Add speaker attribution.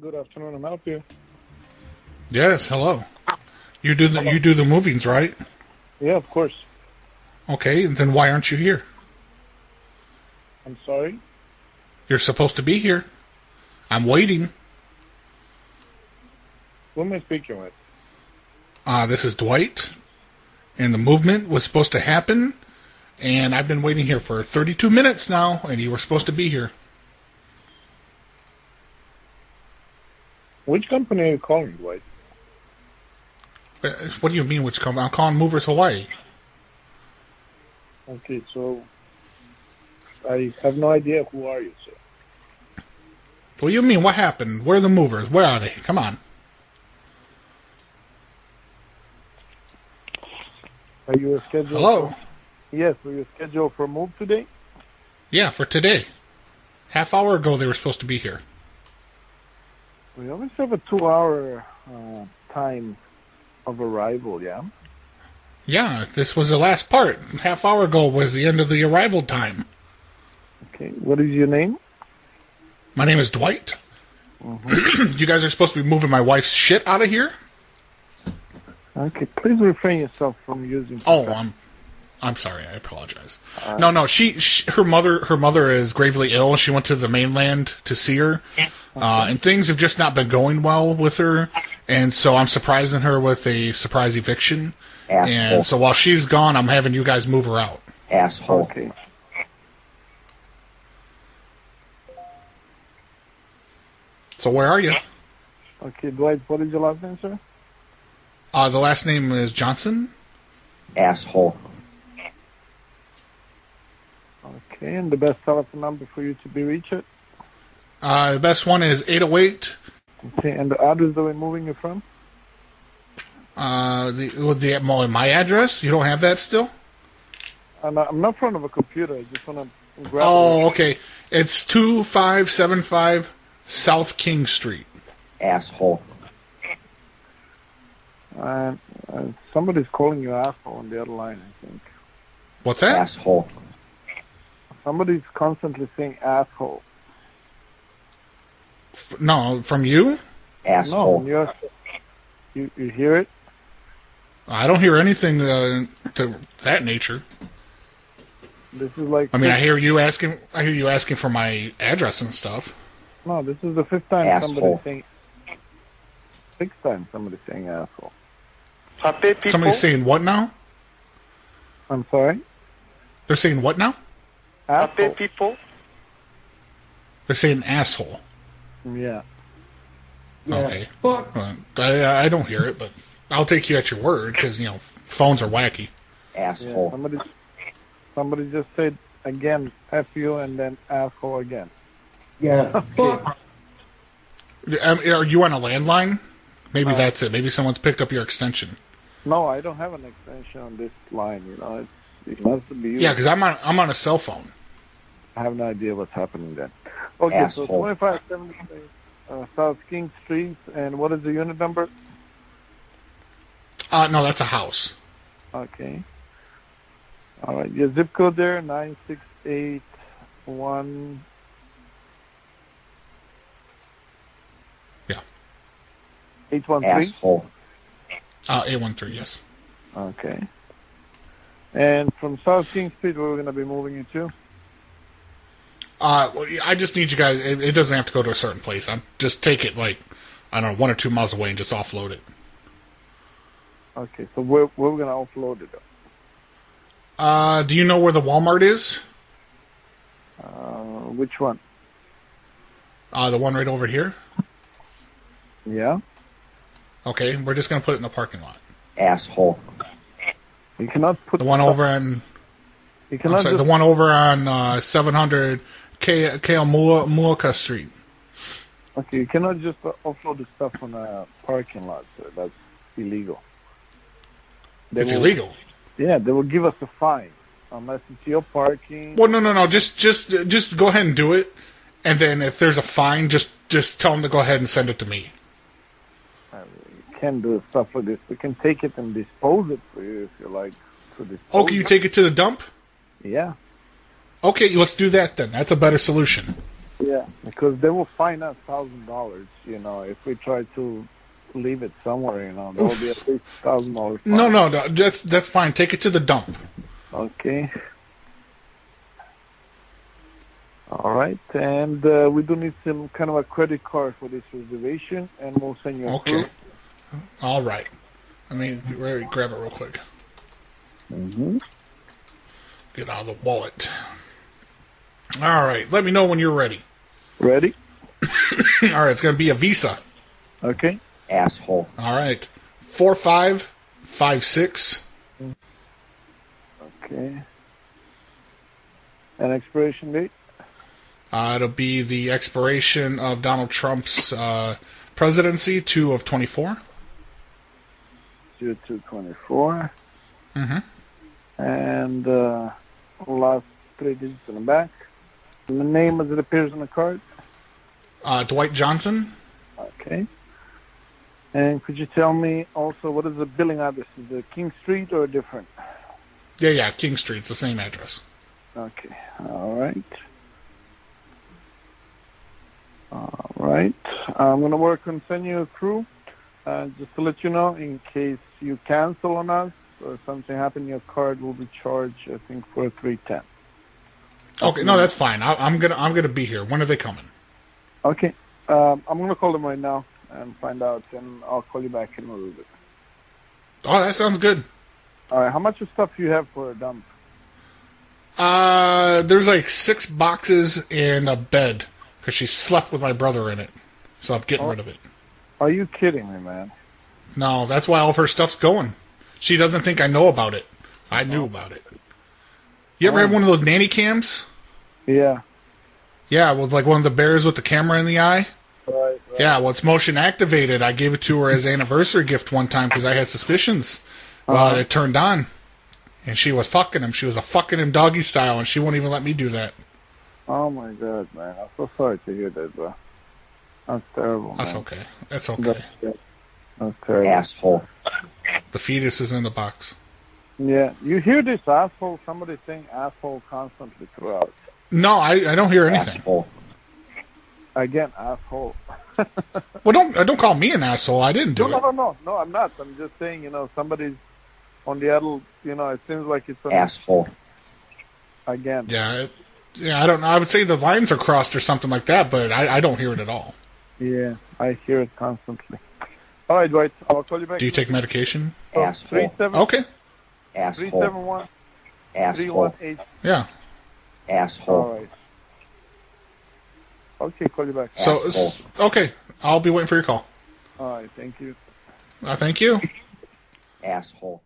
Speaker 1: Good afternoon. I'm help you.
Speaker 2: Yes, hello. You do the you do the movings, right?
Speaker 1: Yeah, of course.
Speaker 2: Okay, then why aren't you here?
Speaker 1: I'm sorry.
Speaker 2: You're supposed to be here. I'm waiting.
Speaker 1: Who am I speaking with?
Speaker 2: Uh, this is Dwight, and the movement was supposed to happen, and I've been waiting here for 32 minutes now, and you were supposed to be here.
Speaker 1: Which company are you calling, Dwight?
Speaker 2: Uh, What do you mean, which company? I'm calling Movers Hawaii.
Speaker 1: Okay, so I have no idea who are you, sir.
Speaker 2: What do you mean? What happened? Where are the movers? Where are they? Come on.
Speaker 1: Are you scheduled?
Speaker 2: Hello.
Speaker 1: Yes, are you scheduled for move today?
Speaker 2: Yeah, for today. Half hour ago, they were supposed to be here.
Speaker 1: We always have a two-hour uh, time of arrival. Yeah.
Speaker 2: Yeah, this was the last part. Half hour ago was the end of the arrival time.
Speaker 1: Okay. What is your name?
Speaker 2: My name is Dwight. you guys are supposed to be moving my wife's shit out of here.
Speaker 1: Okay. Please refrain yourself from using.
Speaker 2: Oh, I'm, I'm sorry. I apologize. no, no. She, she, her mother, her mother is gravely ill. She went to the mainland to see her, uh, and things have just not been going well with her. And so I'm surprising her with a surprise eviction.
Speaker 3: Asshole.
Speaker 2: And so while she's gone, I'm having you guys move her out.
Speaker 3: Asshole.
Speaker 1: Okay.
Speaker 2: So where are you?
Speaker 1: Okay, Dwight. What is your last name, sir?
Speaker 2: Uh, the last name is Johnson.
Speaker 3: Asshole.
Speaker 1: Okay, and the best telephone number for you to be reached.
Speaker 2: Uh, the best one is 808.
Speaker 1: Okay, and the address that we're moving you from.
Speaker 2: Uh, the, with the my, my address. You don't have that still?
Speaker 1: I'm not, I'm not in front of a computer. I just want to grab.
Speaker 2: Oh, okay. It's two five seven five South King Street.
Speaker 3: Asshole.
Speaker 1: it. Uh, uh, somebody's calling you asshole on the other line. I think
Speaker 2: What's that?
Speaker 3: Asshole.
Speaker 1: somebody's constantly saying asshole.
Speaker 2: No, from you?
Speaker 1: No,
Speaker 3: Asshole.
Speaker 1: you're, you you hear it?
Speaker 2: I don't hear anything uh, to that nature.
Speaker 1: This is like
Speaker 2: I mean, I hear you asking. I hear you asking for my address and stuff.
Speaker 1: no. This is the fifth time
Speaker 3: Asshole.
Speaker 1: somebody's saying. Sixth time somebody's saying asshole.
Speaker 2: Somebody's saying what now?
Speaker 1: I'm sorry.
Speaker 2: They're saying what now?
Speaker 1: Asshole.
Speaker 2: They're saying asshole.
Speaker 1: Yeah.
Speaker 2: Okay. Uh, I, I don't hear it, but I'll take you at your word because you know phones are wacky.
Speaker 1: Yeah.
Speaker 3: Asshole.
Speaker 1: Somebody somebody just said again f you and then asshole again.
Speaker 4: Yeah.
Speaker 2: Um, are you on a landline? Maybe that's it. Maybe someone's picked up your extension.
Speaker 1: No, I don't have an extension on this line. You know, it's, it must be you.
Speaker 2: Yeah, because I'm on I'm on a cell phone.
Speaker 1: I have no idea what's happening then. Okay, so
Speaker 3: Asshole.
Speaker 1: 2573 uh, South King Street, and what is the unit number?
Speaker 2: Uh, no, that's a house.
Speaker 1: Okay. All right, your zip code there, 9681.
Speaker 2: Yeah.
Speaker 1: 813?
Speaker 3: Asshole.
Speaker 2: Uh, eight one three. Yes.
Speaker 1: Okay. And from South King Street, where we're going to be moving you to?
Speaker 2: Uh, well, I just need you guys. It, it doesn't have to go to a certain place. I'm just take it like I don't know one or two miles away and just offload it.
Speaker 1: Okay, so we're, we're going to offload it.
Speaker 2: Uh, do you know where the Walmart is?
Speaker 1: Uh, which one?
Speaker 2: Uh, the one right over here.
Speaker 1: Yeah?
Speaker 2: Okay, we're just gonna put it in the parking lot.
Speaker 3: Asshole.
Speaker 1: You cannot put
Speaker 2: The one
Speaker 1: stuff-
Speaker 2: over on
Speaker 1: You
Speaker 2: I'm
Speaker 1: cannot
Speaker 2: sorry,
Speaker 1: just
Speaker 2: the one over on uh, 700 K Kailua Street.
Speaker 1: Okay, you cannot just uh, offload the stuff on a parking lot, sir. That's illegal. They
Speaker 2: It's
Speaker 1: will-
Speaker 2: illegal.
Speaker 1: Yeah, they will give us a fine unless it's your parking.
Speaker 2: Well, no, no, no. Just, just, just go ahead and do it, and then if there's a fine, just, just tell them to go ahead and send it to me.
Speaker 1: You can do stuff like this. We can take it and dispose it for you if you like to dispose.
Speaker 2: Oh, can you
Speaker 1: it.
Speaker 2: take it to the dump?
Speaker 1: Yeah.
Speaker 2: Okay, let's do that then. That's a better solution.
Speaker 1: Yeah, because they will fine us thousand dollars. You know, if we try to leave it somewhere, you know, there will be at least thousand dollars.
Speaker 2: No, no, no, that's that's fine. Take it to the dump.
Speaker 1: Okay. All right, and uh, we do need some kind of a credit card for this reservation, and we'll send you a
Speaker 2: Okay.
Speaker 1: proof.
Speaker 2: All right. I mean, re- grab it real quick.
Speaker 3: Mm-hmm.
Speaker 2: Get out of the wallet. All right. Let me know when you're ready.
Speaker 1: Ready?
Speaker 2: All right. It's going to be a Visa.
Speaker 1: Okay.
Speaker 3: Asshole.
Speaker 2: All right. Four five five six
Speaker 1: Okay. And expiration date?
Speaker 2: Uh, it'll be the expiration of Donald Trump's uh, presidency, two of 24.
Speaker 1: Zero two twenty four. And uh, last three digits on the back. And the name as it appears on the card.
Speaker 2: Uh, Dwight Johnson,
Speaker 1: Okay. And could you tell me also what is the billing address? Is it King Street or different?
Speaker 2: yeah, yeah, King Street. It's the same address.
Speaker 1: Okay. All right. All right. I'm going to work on sending you a crew. Uh, just to let you know, in case you cancel on us or something happen, your card will be charged, I think, for 310
Speaker 2: Okay, no, that's fine. I, I'm gonna I'm gonna be here. When are they coming?
Speaker 1: Okay. Um, I'm going to call them right now and find out, and I'll call you back in a little bit.
Speaker 2: Oh, that sounds good.
Speaker 1: All right. How much of stuff you have for a dump?
Speaker 2: Uh, there's like six boxes and a bed because she slept with my brother in it, so I'm getting rid of it.
Speaker 1: Are you kidding me, man?
Speaker 2: No, that's why all of her stuff's going. She doesn't think I know about it. I knew about it. You ever had one of those nanny cams?
Speaker 1: Yeah.
Speaker 2: Yeah, with like one of the bears with the camera in the eye.
Speaker 1: Right.
Speaker 2: Yeah, well, it's motion activated. I gave it to her as anniversary gift one time because I had suspicions. Well, it turned on, and she was fucking him. She was a fucking him doggy style, and she won't even let me do that.
Speaker 1: Oh my god, man! I'm so sorry to hear that, bro. That's terrible.
Speaker 2: That's
Speaker 1: man.
Speaker 2: okay. That's okay.
Speaker 1: That's, that's, terrible.
Speaker 3: Asshole.
Speaker 2: The fetus is in the box.
Speaker 1: Yeah, you hear this asshole. Somebody saying asshole constantly throughout.
Speaker 2: No, I, I don't hear anything.
Speaker 3: Asshole.
Speaker 1: Again, asshole.
Speaker 2: Well, don't uh, don't call me an asshole. I didn't
Speaker 1: No,
Speaker 2: do
Speaker 1: no,
Speaker 2: it.
Speaker 1: no, no, no. I'm not. I'm just saying. You know, somebody's on the adult. You know, it seems like it's on,
Speaker 3: Asshole.
Speaker 1: again.
Speaker 2: Yeah, it, yeah. I don't know. I would say the lines are crossed or something like that, but I, I don't hear it at all.
Speaker 1: Yeah, I hear it constantly. All right, Dwight. I'll call you back.
Speaker 2: Do you take medication?
Speaker 1: Oh, three
Speaker 3: Asshole.
Speaker 1: seven
Speaker 2: Okay.
Speaker 1: three
Speaker 3: Asshole.
Speaker 1: seven one three one
Speaker 3: Asshole.
Speaker 1: eight?
Speaker 2: Yeah.
Speaker 1: All
Speaker 3: Asshole.
Speaker 1: right. Okay, call you back.
Speaker 2: So it's- okay, I'll be waiting for your call.
Speaker 1: All right, thank you.
Speaker 2: Uh, thank you.
Speaker 3: Asshole.